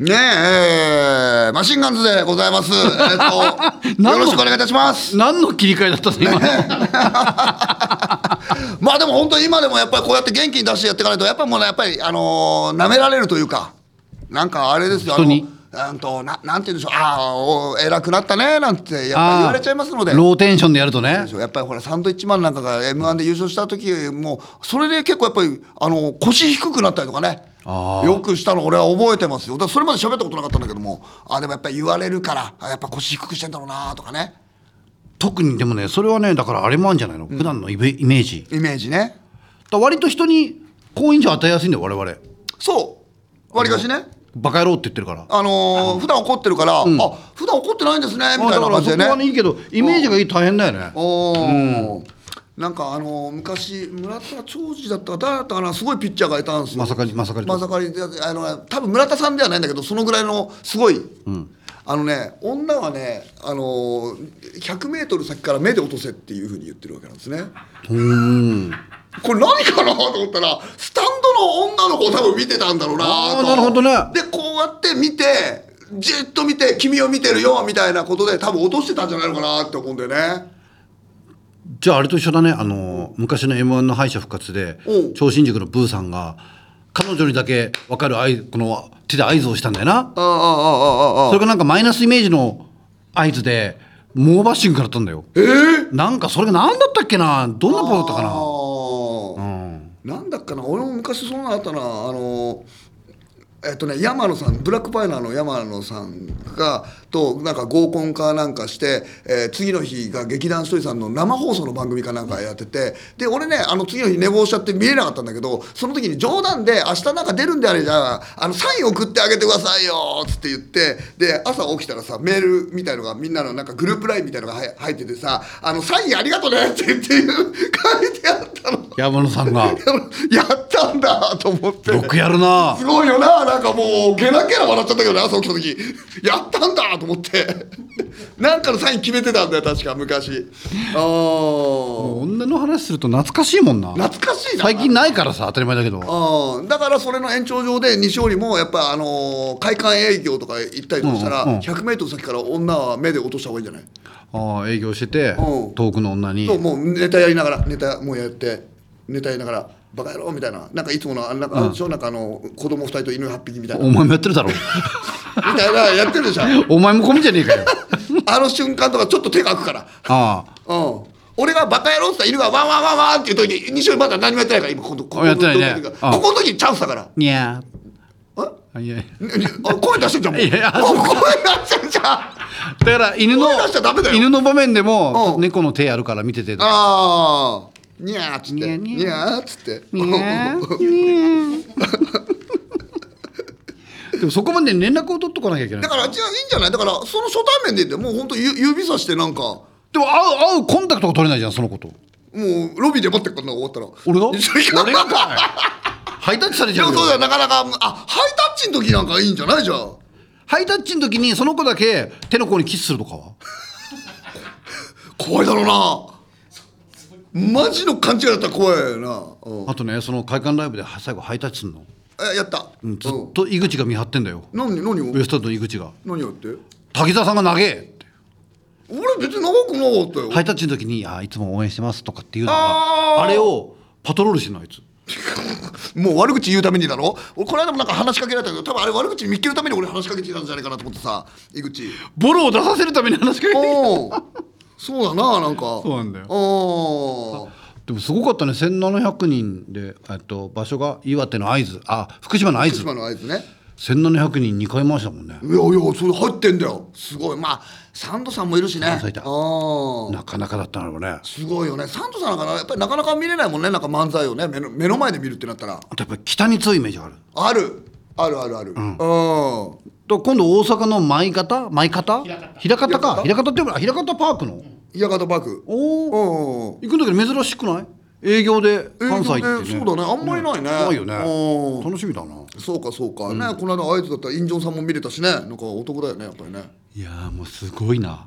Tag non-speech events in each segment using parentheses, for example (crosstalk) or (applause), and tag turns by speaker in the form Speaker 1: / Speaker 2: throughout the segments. Speaker 1: ねえ、えーマシンガンズでございます。えっ
Speaker 2: (laughs)
Speaker 1: と、
Speaker 2: 何の
Speaker 1: よろしくお願いいたします。
Speaker 2: 何の切り替えだった
Speaker 1: (laughs)
Speaker 2: の今
Speaker 1: まあでも本当に今でもやっぱりこうやって元気に出してやっていかないと、やっぱりもうね、やっぱり、あのー舐められるというか、なんかあれですよ、あの
Speaker 2: 人に
Speaker 1: うんとななんて言うんでしょう、ああ、お偉くなったねなんてやっぱり言われちゃいますので、
Speaker 2: ローテンションでやるとね
Speaker 1: やっぱりほら、サンドイッチマンなんかが m 1で優勝した時も、それで結構やっぱりあの腰低くなったりとかね、
Speaker 2: あ
Speaker 1: よくしたの、俺は覚えてますよ、だからそれまで喋ったことなかったんだけども、あでもやっぱり言われるから、あやっぱ腰低くしてんだろうなとかね、
Speaker 2: 特にでもねそれはねだからあれもあるんじゃないの、普段のイベイメージ
Speaker 1: イメージね。
Speaker 2: だから割と人に好印象与えやすいんだよ我々
Speaker 1: そう、わりかしね。
Speaker 2: バカ野郎って言ってるから
Speaker 1: あのー普段怒ってるから、あ普段怒ってないんですねみたいな
Speaker 2: あだから
Speaker 1: 感じで
Speaker 2: そこ
Speaker 1: ね
Speaker 2: はねいいけどイメージがいいと大変だよね
Speaker 1: おーなんかあのー昔村田長治だったか誰だったかなすごいピッチャーがいたんですよ
Speaker 2: まさかりまさかりと
Speaker 1: まさかりであのね多分村田さんではないんだけどそのぐらいのすごい、あのね女はねあのー、100m 先から目で落とせっていうふうに言ってるわけなんですね
Speaker 2: うん
Speaker 1: これ何かなと思ったらスタンドの女の子を多分見てたんだろうな
Speaker 2: あー
Speaker 1: と
Speaker 2: なるほどね
Speaker 1: でこうやって見てじっと見て君を見てるよみたいなことで多分落としてたんじゃないのかなって思うんだよね
Speaker 2: じゃああれと一緒だねあの昔の m 1の敗者復活で
Speaker 1: おう
Speaker 2: 超新塾のブーさんが彼女にだけ分かる合いこの手で合図をしたんだよな
Speaker 1: あああああ
Speaker 2: それがなんかマイナスイメージの合図で猛バッシング食らったんだよ
Speaker 1: えー、
Speaker 2: なんかそれが何だったっけなどんなポーズだったか
Speaker 1: あ
Speaker 2: な
Speaker 1: ー
Speaker 2: うん
Speaker 1: なんだっかな俺も昔そんなのあったなあのえっとね山野さんブラックパイナーの山野さんがとなんか合コンかなんかして、えー次の日が劇団ひとりさんの生放送の番組かなんかやっててで俺ねあの次の日寝坊しちゃって見れなかったんだけどその時に冗談で「明日なんか出るんであれじゃああのサイン送ってあげてくださいよ」つって言ってで朝起きたらさメールみたいのがみんなのなんかグループラインみたいのが入入っててさ「あのサインありがとね」って言って (laughs) 書いてあったの。
Speaker 2: 山野さん
Speaker 1: (laughs)
Speaker 2: が
Speaker 1: やったんだと思って。
Speaker 2: よくやるな
Speaker 1: すごいよな、なんかもう、ゲラゲラ笑っちゃったけどね、朝起きた時。やったんだと思って。なんかのサイン決めてたんだよ、確か、昔。あー
Speaker 2: 女の話すると懐かしいもんな
Speaker 1: 懐かしいな。
Speaker 2: 最近ないからさ当たり前だけど
Speaker 1: うん、だからそれの延長上で西織もやっぱあのー会館営業とか行ったりとかしたら
Speaker 2: うんうんうん
Speaker 1: 1 0 0ル先から女は目で落とした方がいいんじゃない
Speaker 2: ああ営業してて
Speaker 1: うん
Speaker 2: 遠くの女に
Speaker 1: そうもうネタやりながらネタもうやってネタやりながら「バカ野郎」みたいななんかいつものあなんかあれでしょなんかあの子供二人と犬8匹みたいな
Speaker 2: お前もやってる
Speaker 1: (laughs)
Speaker 2: だろ
Speaker 1: みたいなやってるでしょ
Speaker 2: お前も込みじゃねえ
Speaker 1: (laughs)
Speaker 2: かよ
Speaker 1: あの瞬間とかちょっと手が空くから
Speaker 2: あ
Speaker 1: うん俺がバカ野郎って言ったら犬がワンワンワンワンって言う時に西尾まだ何もやってないから今今度ここ
Speaker 2: あやってないね
Speaker 1: こ
Speaker 2: あ
Speaker 1: この時チャンスだから
Speaker 2: あいや
Speaker 1: あ
Speaker 2: いやいや
Speaker 1: ねねあ声出してんじゃんもう
Speaker 2: いや
Speaker 1: (laughs)
Speaker 2: いや
Speaker 1: もう声出してんじゃんあ
Speaker 2: だから犬の
Speaker 1: 声出しちゃダメだよ
Speaker 2: 犬の場面でも
Speaker 1: うん
Speaker 2: 猫の手あるから見てて
Speaker 1: あーにゃーっつっ
Speaker 2: にゃ
Speaker 1: て
Speaker 2: ーにゃー
Speaker 1: にゃーっつって
Speaker 2: にゃーにゃーでもそこまで連絡を取っとかなきゃいけない
Speaker 1: (laughs) だから違ういいんじゃないだからその初対面で言ってもう本当ゆ指さしてなんかも
Speaker 2: でも会う会うコンタクトが取れないじゃんそのこと
Speaker 1: うロビーで待ってっからな終わったら (laughs)
Speaker 2: 俺が
Speaker 1: 俺
Speaker 2: 俺がかいハイタッチされち
Speaker 1: で
Speaker 2: ゃ
Speaker 1: も
Speaker 2: うよ
Speaker 1: そうだよなかなかあハイタッチの時なんかいいんじゃないじゃん
Speaker 2: ハイタッチの時にその子だけ手の甲にキスするとかは
Speaker 1: 怖いだろうなマジの勘違いだったら怖いよな、うん
Speaker 2: あとねその会館ライブで最後ハイタッチするの
Speaker 1: えやった、うん、
Speaker 2: ずっと井口が見張ってんだよ
Speaker 1: 何何を
Speaker 2: ウエストランドの井口が
Speaker 1: 何やって
Speaker 2: 「滝沢さんが長え!」って
Speaker 1: 俺別に長くなかったよ、
Speaker 2: ハイタッチの時に「あーいつも応援してます」とかっていうの
Speaker 1: あー
Speaker 2: があれをパトロールしてんのあいつ
Speaker 1: もう悪口言うためにだろ俺この間もなんか話しかけられたけど多分あれ悪口見っけるために俺話しかけてたんじゃないかなと思ってさ井口
Speaker 2: ボロを出させるために話しかけて
Speaker 1: お
Speaker 2: (laughs)
Speaker 1: おそうだななんかそう
Speaker 2: なんだよ
Speaker 1: お
Speaker 2: でもすごかったね1700人で、えっと、場所が岩手の会津あ福島の会
Speaker 1: 福
Speaker 2: 津
Speaker 1: 島の合図ね
Speaker 2: 1700人2回回したもんね
Speaker 1: いやいやそれ入ってんだよすごいまあサンドさんもいるしね
Speaker 2: ドさんいた
Speaker 1: あー
Speaker 2: なかなかだったんだろうねあ
Speaker 1: すごいよねサンドさんなんかなやっぱりなかなか見れないもんねなんか漫才をね目の目の前で見るってなったら
Speaker 2: とやっぱり北に強いイメージがあるだか
Speaker 1: あるあるあるあるうん、
Speaker 2: ら今度大阪の舞方舞方平方か平方っていうか平方パークの
Speaker 1: 岩方パークう
Speaker 2: おお
Speaker 1: んうん
Speaker 2: 行くんだけど珍しくない営業で関西行って、ね
Speaker 1: 営業でそうだねあんまりないね
Speaker 2: ないよ
Speaker 1: う
Speaker 2: ね
Speaker 1: ん
Speaker 2: 楽しみだな
Speaker 1: そうかそうか、ねこの間あいつだったらインジョンさんも見れたしねなんかお得だよねやっぱりね
Speaker 2: いやーもうすごいな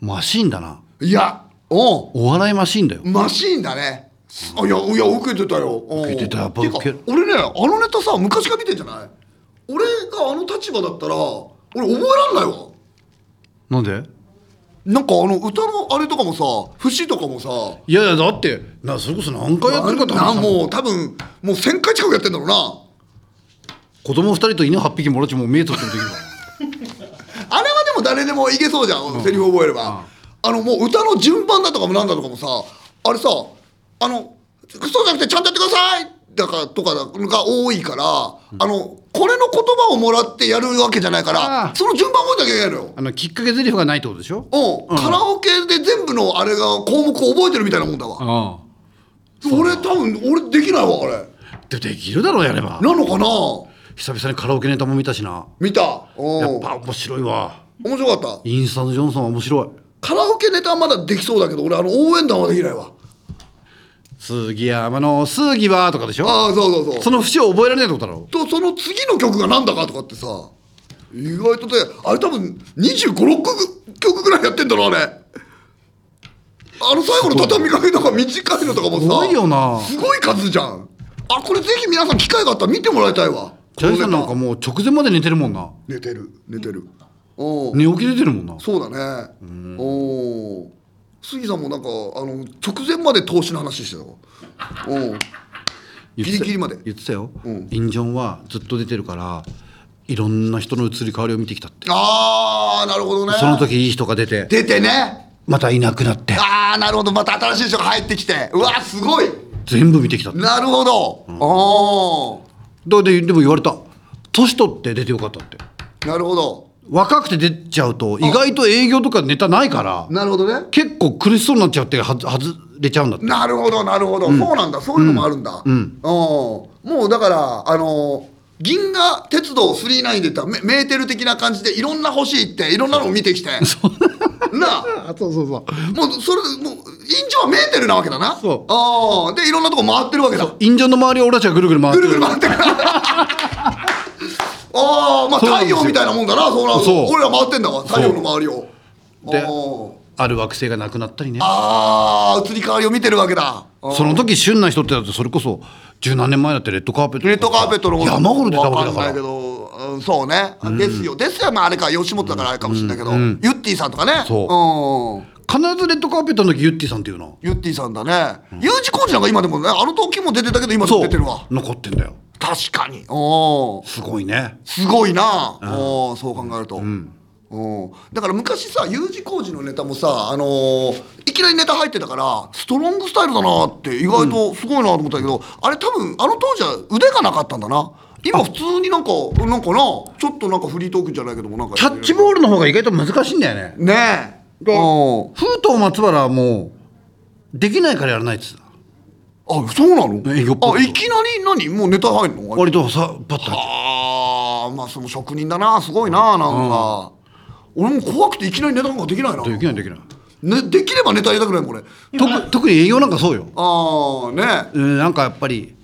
Speaker 2: マシーンだない
Speaker 1: やおう
Speaker 2: お笑いマシーンだよ
Speaker 1: マシーンだねすあいやいや受けてたよ受
Speaker 2: 受けてたやっぱ
Speaker 1: てか
Speaker 2: 受け
Speaker 1: 俺ねあのネタさ昔から見てんじゃない俺があの立場だったら俺覚えらんないわ
Speaker 2: なんで
Speaker 1: なんかあの歌のあれとかもさ節とかもさ
Speaker 2: いやいやだってなそれこそ何回やってるかって
Speaker 1: な
Speaker 2: 話
Speaker 1: ん
Speaker 2: だもん
Speaker 1: もう多分もう1000回近くやってんだろうな
Speaker 2: 子供二人と犬8匹もらちもう目閉じてる時だ
Speaker 1: あれはでも誰でもいけそうじゃん、セリフ覚えれば、あのもう歌の順番だとかもなんだとかもさあれさあのそうじゃなくてちゃんとやってくださいだからとかが多いから、あのこれの言葉をもらってやるわけじゃないか
Speaker 2: あ
Speaker 1: ら
Speaker 2: ー
Speaker 1: その順番覚えなきゃいけないのよ
Speaker 2: (laughs) あのきっかけ台詞がないってことでしょ
Speaker 1: うん、カラオケで全部のあれが項目を覚えてるみたいなもんだわ、
Speaker 2: あ
Speaker 1: 俺多分俺できないわあれ
Speaker 2: あでできるだろうやれば
Speaker 1: なのかな
Speaker 2: 久々にカラオケネタも見たしな
Speaker 1: 見たうん
Speaker 2: やっぱ面白いわ
Speaker 1: 面白かった
Speaker 2: インスタントジョンソンは面白い
Speaker 1: カラオケネタはまだできそうだけど俺あの応援団はできないわ
Speaker 2: 杉山の杉はとかでしょ
Speaker 1: ああそうそうそう
Speaker 2: その節を覚えられないってことだろ
Speaker 1: とその次の曲が何だかとかってさ意外とねあれ多分2 5 6曲曲ぐらいやってんだろあれあの最後の畳みかけとか短いのとかもさ
Speaker 2: すごいよな
Speaker 1: すごい数じゃんあこれぜひ皆さん機会があったら見てもらいたいわ
Speaker 2: ジャイさんなんかもう直前まで寝てるもんな
Speaker 1: 寝てる寝てるお
Speaker 2: 寝起き出てるもんな
Speaker 1: そうだねおお杉さんもなんかあの直前まで投資の話してたわおうギリギリまで
Speaker 2: 言ってたよ、
Speaker 1: うん
Speaker 2: インジョンはずっと出てるからいろんな人の移り変わりを見てきたって
Speaker 1: ああなるほどね
Speaker 2: その時いい人が出て
Speaker 1: 出てね
Speaker 2: またいなくなって
Speaker 1: ああなるほどまた新しい人が入ってきてうわすごい
Speaker 2: 全部見てきたって
Speaker 1: なるほど、あ
Speaker 2: だででも言われた年取って出てよかったって
Speaker 1: あなるほど
Speaker 2: 若くて出ちゃうと意外と営業とかネタないから
Speaker 1: なるほどね
Speaker 2: 結構苦しそうになっちゃってはず外れちゃうんだって
Speaker 1: なるほどなるほど、そうなんだそういうのもあるんだ、うんもうだからあの銀河鉄道39で言ったらメメーテル的な感じでいろんな星行っていろんなのを見て
Speaker 2: (laughs)
Speaker 1: きてなあ
Speaker 2: あそうそうそう
Speaker 1: もうそれもう院長はメーテルなわけだな
Speaker 2: そう
Speaker 1: ああでいろんなとこ回ってるわけだ
Speaker 2: インジョンの周りを俺たちがぐるぐる回っ
Speaker 1: ぐ
Speaker 2: て
Speaker 1: る
Speaker 2: る
Speaker 1: ぐる回ってから (laughs) ああまあ
Speaker 2: そうなん
Speaker 1: 太
Speaker 2: ですよ
Speaker 1: 陽みたいなもんだなそうなると
Speaker 2: そう
Speaker 1: 俺ら回ってんだわ太陽の周りを
Speaker 2: で
Speaker 1: おー
Speaker 2: ある惑星がなくなったりね
Speaker 1: ああ移り変わりを見てるわけだうん
Speaker 2: その時旬な人ってだってそれこそ十何年前だってレッドカーペット
Speaker 1: レッドカーペットのこと
Speaker 2: 山ほど出たわけだ
Speaker 1: わ
Speaker 2: か
Speaker 1: んないけ
Speaker 2: ら
Speaker 1: ど、うんそうね、ですよですよまああれか吉本だからあれかもしれないけど、ユッティさんとかねう
Speaker 2: そ
Speaker 1: ん
Speaker 2: 必ずレッドカーペットの時ユッティさんっていうの
Speaker 1: ユッティさんだね、U 字工事なんか今でもねあの時も出てたけど今でも
Speaker 2: そう
Speaker 1: 出てるわ
Speaker 2: 残ってんだよ
Speaker 1: 確かにおー
Speaker 2: すごいね
Speaker 1: すごいな、おーそう考えると、おーだから昔さ U 字工事のネタもさ、あのーいきなりネタ入ってたからストロングスタイルだなって意外とすごいなと思ったけど、あれ多分あの当時は腕がなかったんだな今普通になんかなんかなちょっとなんかフリートークじゃないけどもなんか
Speaker 2: キャッチボールの方が意外と難しいんだよね
Speaker 1: ねえおー
Speaker 2: 封筒松原はもうできないからやらないっつってた
Speaker 1: あそうなの
Speaker 2: 営業っぽ
Speaker 1: あ
Speaker 2: い
Speaker 1: いきなり何もうネタ入るの
Speaker 2: 割とさパッと入って
Speaker 1: ああまあその職人だなすごいななんか、俺も怖くていきなりネタなんかできないな
Speaker 2: できないできない
Speaker 1: ね、できればネタ入れたくないもん俺
Speaker 2: 特特に営業なんかそうよ
Speaker 1: ああね
Speaker 2: うんなんかやっぱり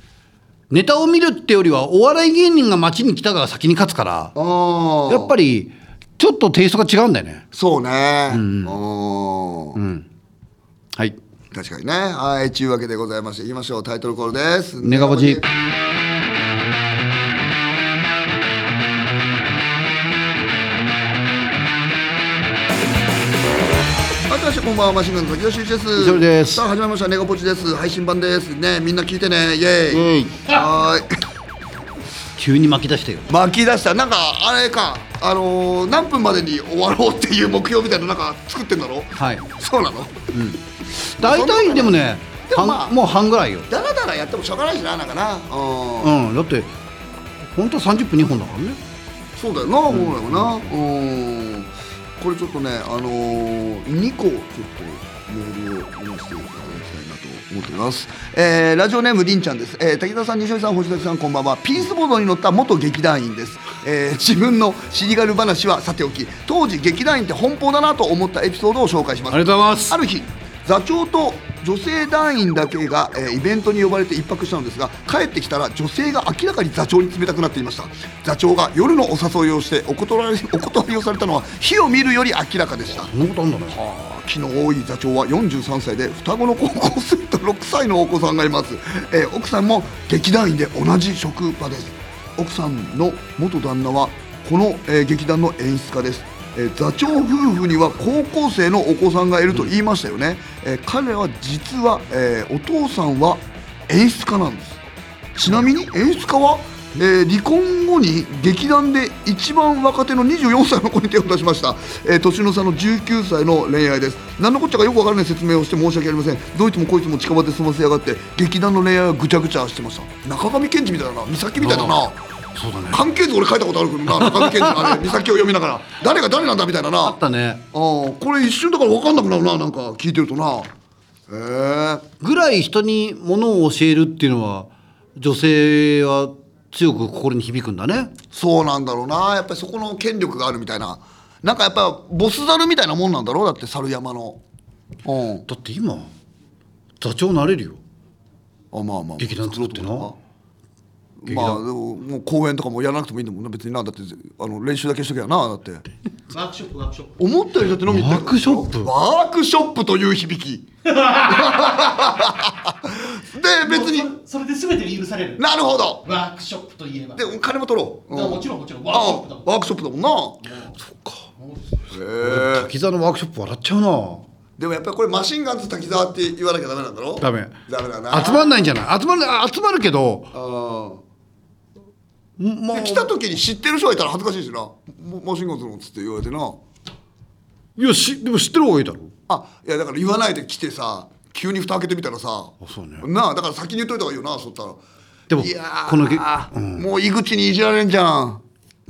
Speaker 2: ネタを見るってよりはお笑い芸人が街に来たが先に勝つから
Speaker 1: ああ
Speaker 2: やっぱ
Speaker 1: り
Speaker 2: りちょっとテイストが違うんだよね
Speaker 1: そうねうんん、
Speaker 2: はい
Speaker 1: 確かにねはいちゅうわけでございましていきましょうタイトルコールです
Speaker 2: ネガポジ
Speaker 1: あたしこんばんはマシンガンズの時吉です
Speaker 2: 石森です
Speaker 1: さあ始まりましたネガポジです配信版ですねみんな聞いてねイエーイ
Speaker 2: イエーイ
Speaker 1: はーい
Speaker 2: 急に巻き出したよ
Speaker 1: 巻き出したなんかあれかあのー何分までに終わろうっていう目標みたいななんか作ってんだろ
Speaker 2: はい
Speaker 1: そうなの
Speaker 2: 大体でもね
Speaker 1: でもまあ
Speaker 2: 半もう半ぐらいよ
Speaker 1: だらだらやってもしょうがないしななんかなうん
Speaker 2: うんだって本当は30分2本だからね
Speaker 1: そうだよな、本来はな。うん。これちょっとね、あのー、2個ちょっとメールを読ませていただきたいなと思っております。えーラジオネームりんちゃんです。えー、滝沢さん、西尾さん、星崎さん、こんばんは。ピースボードに乗った元劇団員です。えー自分のシリガル話はさておき、当時劇団員って奔放だなと思ったエピソードを紹介します。
Speaker 2: ありがとうございます
Speaker 1: ある日座長と女性団員だけが、えーイベントに呼ばれて一泊したのですが帰ってきたら女性が明らかに座長に冷たくなっていました座長が夜のお誘いをしてお断りお断りをされたのは火を見るより明らかでした
Speaker 2: そんなことあんだね
Speaker 1: あー昨日多い座長は43歳で双子の高校生と6歳のお子さんがいます、えー奥さんも劇団員で同じ職場です奥さんの元旦那はこの、えー劇団の演出家です、えー座長夫婦には高校生のお子さんがいると言いましたよね、えー彼は実は、えーお父さんは演出家なんですちなみに演出家は、えー離婚後に劇団で一番若手の24歳の子に手を出しました、えー年の差の19歳の恋愛です何のこっちゃかよくわからない説明をして申し訳ありませんどいつもこいつも近場で済ませやがって劇団の恋愛はぐちゃぐちゃしてました中上健二みたいだな美咲みたいだな
Speaker 2: そうだね
Speaker 1: 関係図俺書いたことあるけどな中上健二の
Speaker 2: (laughs)
Speaker 1: あれ美咲を読みながら誰が誰なんだみたいなな
Speaker 2: あったね
Speaker 1: あーこれ一瞬だから分かんなくなるななんか聞いてるとなへえ
Speaker 2: ぐらい人にものを教えるっていうのは女性は強く心に響くんだね
Speaker 1: そうなんだろうなやっぱりそこの権力があるみたいななんかやっぱボス猿みたいなもんなんだろうだって猿山のうん
Speaker 2: だって今座長なれるよ
Speaker 1: あまあまあ
Speaker 2: 劇団作ろうってな
Speaker 1: まあでももう公演とかもやらなくてもいいんだもんな別になだってあの練習だけしときゃなだって
Speaker 3: ワークショップワークショップ
Speaker 1: 思ったよりだって飲み行ってる
Speaker 2: ワークショップ
Speaker 1: ワークショップという響
Speaker 2: (laughs)
Speaker 1: きで別に
Speaker 3: もうそそれで全てが許される
Speaker 1: なるほど
Speaker 3: ワークショップといえば
Speaker 1: でお金も取ろう、う
Speaker 3: あもちろんもちろんワークショップだもん
Speaker 1: あワークショップだもんなへえ
Speaker 2: 滝沢のワークショップ笑っちゃうな
Speaker 1: でもやっぱりこれマシンガンズ滝沢って言わなきゃダメなんだろ
Speaker 2: ダメ
Speaker 1: ダメだな
Speaker 2: 集まんないんじゃない集まるあ集まるけど
Speaker 1: あ
Speaker 2: んまあ
Speaker 1: あ来た時に知ってる人がいたら恥ずかしいしなもマシンガンズのっつって言われてない
Speaker 2: やしでも知ってる方がいいだろ
Speaker 1: あいやだから言わないで来てさ急に蓋開けてみたらさ
Speaker 2: あそうね
Speaker 1: なあだから先に言っといた方がいいよなそったら
Speaker 2: でも
Speaker 1: いやー
Speaker 2: このげ
Speaker 1: もう井口にいじられんじゃん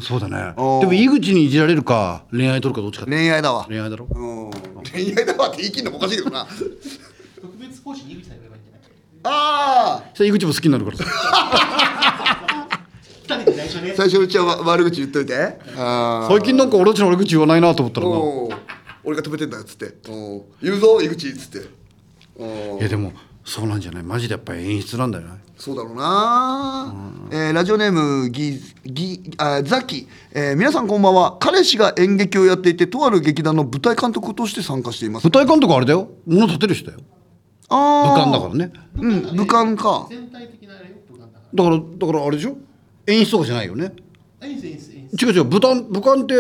Speaker 2: そうだねで
Speaker 1: おー
Speaker 2: も井口にいじられるか恋愛取るかどっちか
Speaker 1: 恋愛だわ、
Speaker 2: 恋愛だろ
Speaker 1: うん、恋愛だわって言い切んのもおかしいけどな
Speaker 3: 特別講師に井口さんがいればいいんじゃな
Speaker 1: ああ
Speaker 2: それ井口も好きになるからさ
Speaker 3: い二人で内緒ね
Speaker 1: 最初のうちはわ悪口言っといてああ
Speaker 2: 最近なんか俺たちの悪口言わないなと思ったらな
Speaker 1: おー俺が止めてんだっつっておー言うぞ井口っつっておー
Speaker 2: いやでもそうなんじゃないマジでやっぱり演出なんだよね
Speaker 1: そうだろうな、えーラジオネームギギあザキ、えー皆さんこんばんは彼氏が演劇をやっていてとある劇団の舞台監督として参加しています
Speaker 2: 舞台監督あれだよ物立てる人だよ
Speaker 1: あー
Speaker 2: 武漢だからね
Speaker 1: うん武漢か
Speaker 3: 全体的なあれよ武漢だか
Speaker 2: だからだからあれでしょ演出とかじゃないよね
Speaker 3: ら演出演出演出
Speaker 2: 違う違う武漢武漢って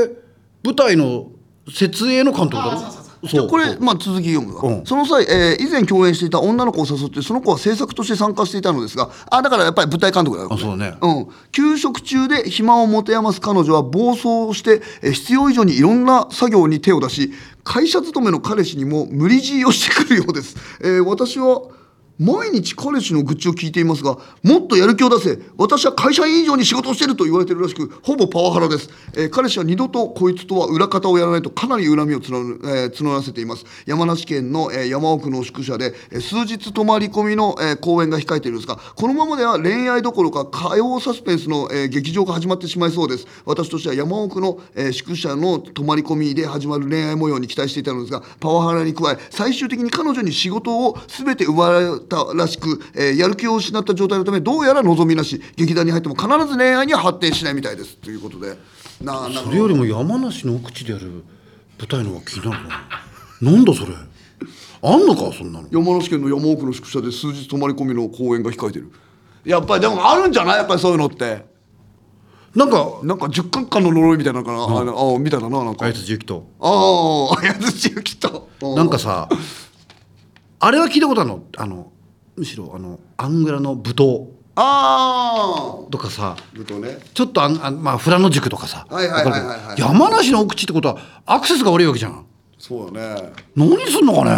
Speaker 2: 舞台の設営の監督だろ
Speaker 3: あーそうそうそ
Speaker 1: じゃあこ
Speaker 2: そ
Speaker 1: れ
Speaker 2: う
Speaker 1: まあ続き読むが、
Speaker 2: うん
Speaker 1: その際、えー以前共演していた女の子を誘ってその子は制作として参加していたのですがあだからやっぱり舞台監督だよ
Speaker 2: あそうね
Speaker 1: うん、給食中で暇を持て余す彼女は暴走してえー必要以上にいろんな作業に手を出し会社勤めの彼氏にも無理強いをしてくるようです、えー私は毎日彼氏の愚痴を聞いていますがもっとやる気を出せ私は会社員以上に仕事をしていると言われているらしくほぼパワハラです、えー彼氏は二度とこいつとは裏方をやらないとかなり恨みを募る、えー募らせています山梨県の、えー山奥の宿舎で、えー数日泊まり込みの、えー公演が控えているんですがこのままでは恋愛どころか火曜サスペンスの、えー劇場が始まってしまいそうです私としては山奥の、えー宿舎の泊まり込みで始まる恋愛模様に期待していたのですがパワハラに加え最終的に彼女に仕事を全て奪われたらしく、えーやる気を失った状態のためどうやら望みなし劇団に入っても必ず恋愛には発展しないみたいですということでなあなん
Speaker 2: そ
Speaker 1: か
Speaker 2: れよりも山梨の奥地でやる舞台の方が気になるななんだそれあんのかそんなの
Speaker 1: 山梨県の山奥の宿舎で数日泊まり込みの公演が控えてるやっぱりでもあるんじゃないやっぱりそういうのって
Speaker 2: なんか
Speaker 1: なんか10巻間の呪いみたいなのかな、あのあみたいだななんか
Speaker 2: あいつ重機と
Speaker 1: ああ、やつちゆきと。
Speaker 2: なんかさあれは聞いたことあるのあのむしろあのアングラの舞踏
Speaker 1: ああ。
Speaker 2: とかさ
Speaker 1: ぶとね。
Speaker 2: ちょっとあんあんまあ富良野塾とかさ
Speaker 1: はいはいはいはいはい
Speaker 2: わかるけど山梨の奥地ってことはアクセスが悪いわけじゃん
Speaker 1: そうだね。
Speaker 2: 何すんのかね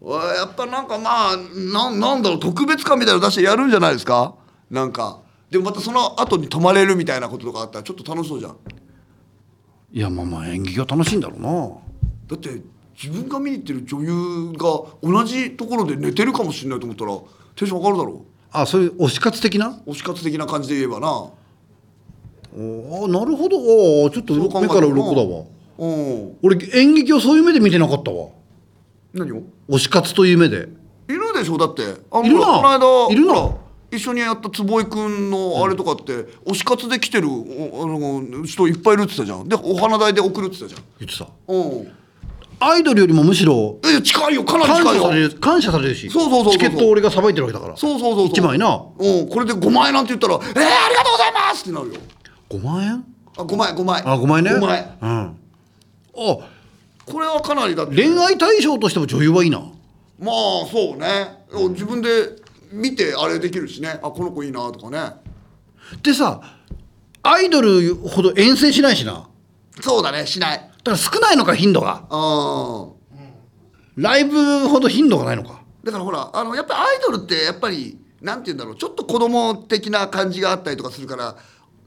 Speaker 1: わやっぱなんかまあ、なん、なんだろう、特別感みたいなの出してやるんじゃないですか。なんか。でもまたその後に泊まれるみたいなこととかあったら、ちょっと楽しそうじゃん。
Speaker 2: いやまあまあ演劇は楽しいんだろう
Speaker 1: だ
Speaker 2: な
Speaker 1: って、自分が見に行ってる女優が同じところで寝てるかもしれないと思ったら。テンション上がるだろ
Speaker 2: あそういう推し活的な
Speaker 1: う。推し活的な感じで言えばな。
Speaker 2: おーなるほどおーちょっと
Speaker 1: そう考え
Speaker 2: 目
Speaker 1: た
Speaker 2: からら鱗だわ
Speaker 1: うん。
Speaker 2: 俺演劇をそういう目で見てなかったわ
Speaker 1: 何を。
Speaker 2: 推し活という目で
Speaker 1: いるでしょだってあの
Speaker 2: いるな
Speaker 1: ほらこの間
Speaker 2: いるな
Speaker 1: ほら一緒にやった坪井君のあれとかって、推し活で来てるおあの人いっぱいいるって言ってたじゃんでお花代で送るって言ってたじ
Speaker 2: 言ってた
Speaker 1: ゃんうん
Speaker 2: アイドルよりもむしろ
Speaker 1: え近いよかなり
Speaker 2: 感
Speaker 1: 近い
Speaker 2: 謝
Speaker 1: よ
Speaker 2: される感謝されるし
Speaker 1: そうそうそうそう
Speaker 2: チケットを俺がさばいてるわけだから
Speaker 1: そうそうそうそう
Speaker 2: 一枚な
Speaker 1: うんこれで5万円なんて言ったら「えー、ありがとうございます!」ってなるよ
Speaker 2: 5万円
Speaker 1: あ5枚5枚
Speaker 2: あ5万円ね
Speaker 1: 5枚
Speaker 2: うんあ
Speaker 1: これはかなりだって
Speaker 2: 恋愛対象としても女優はいいな
Speaker 1: まあそうね、自分で見てあれできるしねあこの子いいなとかね
Speaker 2: でさアイドルほど遠征しないしな
Speaker 1: そうだねしない
Speaker 2: だから少ないのか頻度が
Speaker 1: あ
Speaker 2: ライブほど頻度がないのか
Speaker 1: だからほらあのやっぱりアイドルってやっぱりなんて言うんだろうちょっと子供的な感じがあったりとかするから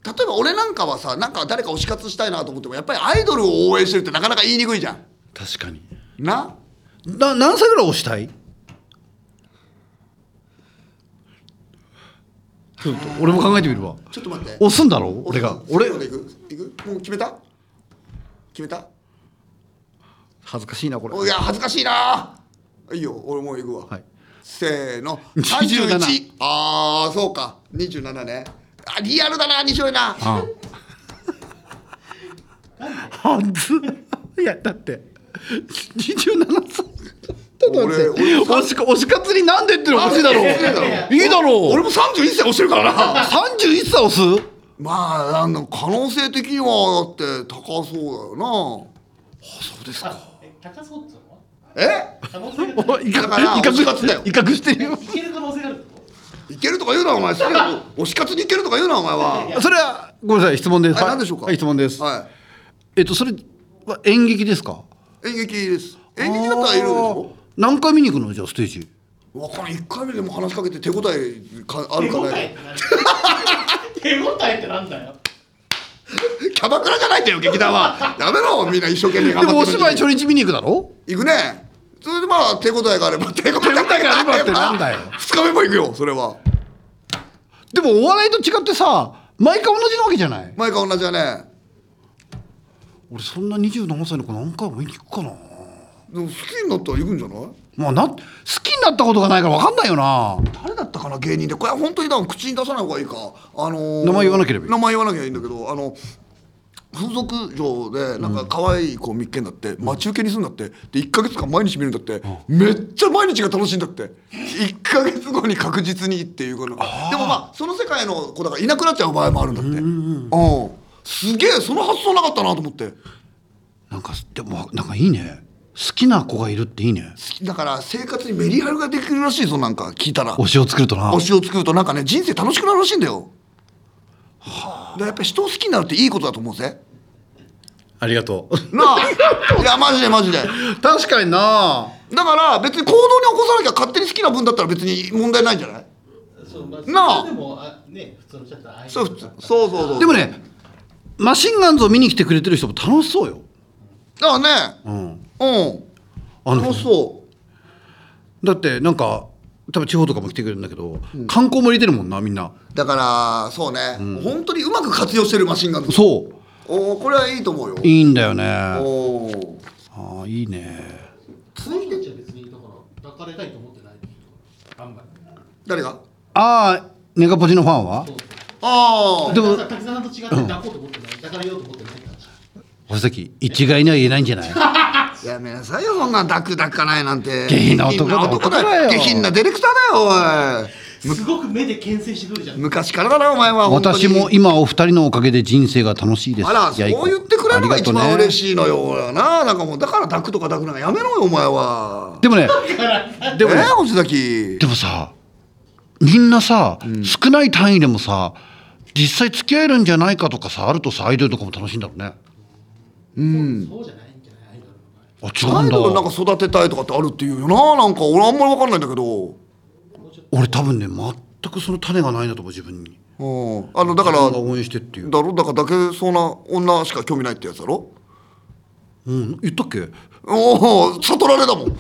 Speaker 1: 例えば俺なんかはさなんか誰か推し活したいなと思ってもやっぱりアイドルを応援してるってなかなか言いにくいじゃん
Speaker 2: 確かに
Speaker 1: な
Speaker 2: な何歳ぐらい押したいちょっと俺も考えてみるわ
Speaker 1: ちょっと待って
Speaker 2: 押すんだろう俺が俺
Speaker 1: 最後でいくいくもう決めた決めた
Speaker 2: 恥ずかしいなこれ
Speaker 1: おいや恥ずかしいないいよ俺もう行くわ、
Speaker 2: はい
Speaker 1: せーの
Speaker 2: 27
Speaker 1: 31ああそうか27ねあリアルだな西尾な
Speaker 2: あはずいやだって27歳ちょっと待っ
Speaker 1: 俺
Speaker 2: て
Speaker 1: 俺
Speaker 2: 推し推し活になんでってのおかしいだろ
Speaker 1: なんでだ
Speaker 3: ろ
Speaker 2: ういいだろう
Speaker 1: 俺も31歳押してるからな
Speaker 2: 31歳押す
Speaker 1: まああの可能性的にはだって高そうだよ
Speaker 3: あえ高そうってのは
Speaker 1: なえ
Speaker 3: 可能性が
Speaker 2: お
Speaker 3: 高
Speaker 2: 威
Speaker 3: い
Speaker 1: だから
Speaker 2: 嚇
Speaker 1: 推し活だよ
Speaker 2: 威嚇してるよ
Speaker 3: いける可能性があるってこ
Speaker 1: いけるとか言うなお前それ推し活にいけるとか言うなお前は
Speaker 2: それはごめんなさい質問です
Speaker 1: あ何でしょうか
Speaker 2: はい質問です
Speaker 1: は
Speaker 2: えっとそれは演劇ですか
Speaker 1: い演劇です演劇だったらいるでしょ
Speaker 2: あー何回見に行くのじゃあステージ
Speaker 1: わかんない1回目でも話しかけて手応えかあ
Speaker 3: と
Speaker 1: る
Speaker 3: 手
Speaker 1: か
Speaker 3: 応
Speaker 1: ない
Speaker 3: えって何手応えってなんだよ
Speaker 1: キャバクラじゃないんだよ劇団はやめろみんな一生懸命
Speaker 2: で
Speaker 1: 頑張って
Speaker 2: もお
Speaker 1: る時に
Speaker 2: 芝居初日見に行くだろ
Speaker 1: 行くねそれでまあ手応えがあれ
Speaker 2: (laughs)
Speaker 1: ば手応えがあれば
Speaker 2: 手応えがあればってなんだよ
Speaker 1: 2日目も行くよそれは
Speaker 2: でもお笑いと違ってさ毎回同じなわけじゃない
Speaker 1: 前から同じだね
Speaker 2: 俺そんな27歳の子何回も見に行くかな
Speaker 1: でも好きになったら行くんじゃない
Speaker 2: まあな好きになったことがないから分かんないよな
Speaker 1: 誰だったかな芸人でこれは本当にだから口に出さない方がいいかあのー
Speaker 2: 名前言わなければいい
Speaker 1: 名前言わなきゃいいんだけどあの風俗嬢でなんか可愛い子を見っけんだって、待ち受けにするんだってで1か月間毎日見るんだって、めっちゃ毎日が楽しいんだって1か月後に確実にっていうことでもまあその世界の子だからいなくなっちゃう場合もあるんだってうんすげえその発想なかったなと思って
Speaker 2: なんかでもなんかいいね好きな子がいるっていいね
Speaker 1: だから生活にメリハリができるらしいぞなんか聞いたら
Speaker 2: 推しを作るとな
Speaker 1: 推しを作るとなんかね人生楽しくなるらしいんだよはあやっぱ人を好きになるっていいことだと思うぜ
Speaker 2: ありがとう
Speaker 1: なあいやマジでマジでだ
Speaker 2: (laughs) 確かにな
Speaker 1: から別に行動に起こさなきゃ勝手に好きな分だったら別に問題ないんじゃない
Speaker 3: そうまあ
Speaker 1: なあ
Speaker 3: それでもあね普通のちょっとああい
Speaker 1: そう
Speaker 3: の
Speaker 1: 普通そうそうそう
Speaker 2: でもねマシンガンズを見に来てくれてる人も楽しそうよ
Speaker 1: だからね
Speaker 2: うん
Speaker 1: う
Speaker 2: あ
Speaker 1: ん
Speaker 2: の
Speaker 1: 楽しそう
Speaker 2: だってなんか多分地方とかも来てくれるんだけど、観光も入れてるもんなみんな
Speaker 1: だからそうね、本当にうまく活用してるマシンガンズ
Speaker 2: そう
Speaker 1: おーこれはいいと思うよ
Speaker 2: いいんだよね
Speaker 1: お
Speaker 2: あ
Speaker 1: お
Speaker 2: あいいね
Speaker 3: その人たちは別にだから抱かれたいと思ってないあんまり
Speaker 1: 誰が
Speaker 2: ああネガポジのファンは
Speaker 3: そうそう
Speaker 1: ああ
Speaker 2: でも
Speaker 3: 滝沢さんと違って抱こうと思ってない抱かれようと思ってないって話
Speaker 2: 尾崎一概には言えないんじゃない
Speaker 1: やめなさいよそんなダクダクかないなんて
Speaker 2: 下品な
Speaker 1: 下
Speaker 2: 男だ
Speaker 1: 品なよ
Speaker 2: 男だ
Speaker 1: 下
Speaker 2: よ
Speaker 1: 品なディレクターだよおい
Speaker 3: すごく目で牽制してくるじゃん
Speaker 1: 昔からだなお前は本当に
Speaker 2: (laughs) 私も今お二人のおかげで人生が楽しいです
Speaker 1: あらそう言ってくれるのが一番嬉しいのよ俺はななんかもうだから抱くとか抱くなんかやめろよお前は
Speaker 2: でもね (laughs) でも
Speaker 1: え
Speaker 2: ね
Speaker 1: ー、星崎
Speaker 2: でもさみんなさ、少ない単位でもさ実際付き合えるんじゃないかとかさあるとさアイドルとかも楽しいんだろうね
Speaker 3: そうじゃないんじゃないアイド
Speaker 1: ア
Speaker 2: あ違
Speaker 3: ルの場合
Speaker 2: うん
Speaker 1: イ
Speaker 2: だ
Speaker 1: ドルなんか育てたいとかってあるっていうよななんか俺あんまり分かんないんだけど
Speaker 2: 俺多分ね全くその種がないなと思う自分に
Speaker 1: うんあのだから
Speaker 2: 自分が応援してっていう、
Speaker 1: だろだから抱けそうな女しか興味ないってやつだろ
Speaker 2: うん、言ったっけ
Speaker 1: おお悟られだもん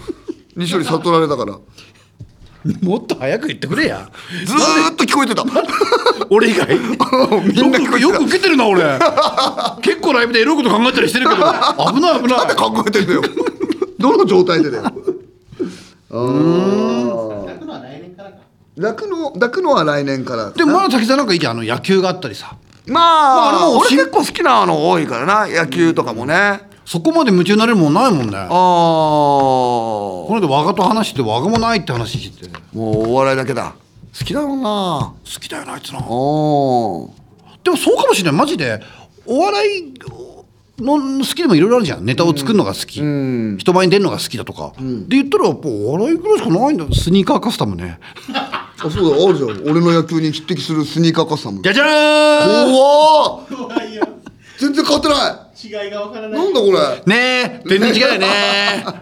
Speaker 1: 西織悟られだから
Speaker 2: (laughs) もっと早く言ってくれや
Speaker 1: ずーっと聞こえてた
Speaker 2: 俺以
Speaker 1: (laughs)
Speaker 2: 外
Speaker 1: みんな聞こえてた
Speaker 2: よくよく受けてる
Speaker 1: (laughs)
Speaker 2: な俺結構ライブでエロいこと考えたりしてるけど危ない危な
Speaker 1: な
Speaker 2: い
Speaker 1: んで考えてん
Speaker 2: (laughs)
Speaker 1: だよどの状態でだよ
Speaker 3: 抱くのは来年からか
Speaker 1: 楽の抱くのは来年から
Speaker 2: でもまだ滝沢なんかいいじゃんあの野球があったりさ
Speaker 1: まあ、
Speaker 2: まああれも
Speaker 1: 俺
Speaker 2: しん
Speaker 1: 結構好きなの多いからな野球とかもね、
Speaker 2: そこまで夢中になれるもんないもんね
Speaker 1: ああも
Speaker 2: この間我がと話して我がもないって話してて
Speaker 1: うお笑いだけだ好きだろうな
Speaker 2: 好きだよなあいつな
Speaker 1: おー
Speaker 2: でもそうかもしれないマジでお笑いの好きでもいろいろあるじゃんネタを作るのが好き、
Speaker 1: うん
Speaker 2: 人前に出るのが好きだとか、で言ったらやっぱお笑いぐらいしかないんだスニーカーカスタムね
Speaker 1: あそうだあるじゃん俺の野球に匹敵するスニーカーカスタム
Speaker 2: じゃじゃーん
Speaker 1: 怖っ
Speaker 3: 怖いよ
Speaker 1: 全然変わってな
Speaker 3: 違いがわから
Speaker 1: い
Speaker 3: ない
Speaker 1: なんだこれ
Speaker 2: ねえ全
Speaker 1: (laughs)
Speaker 2: 然違うよね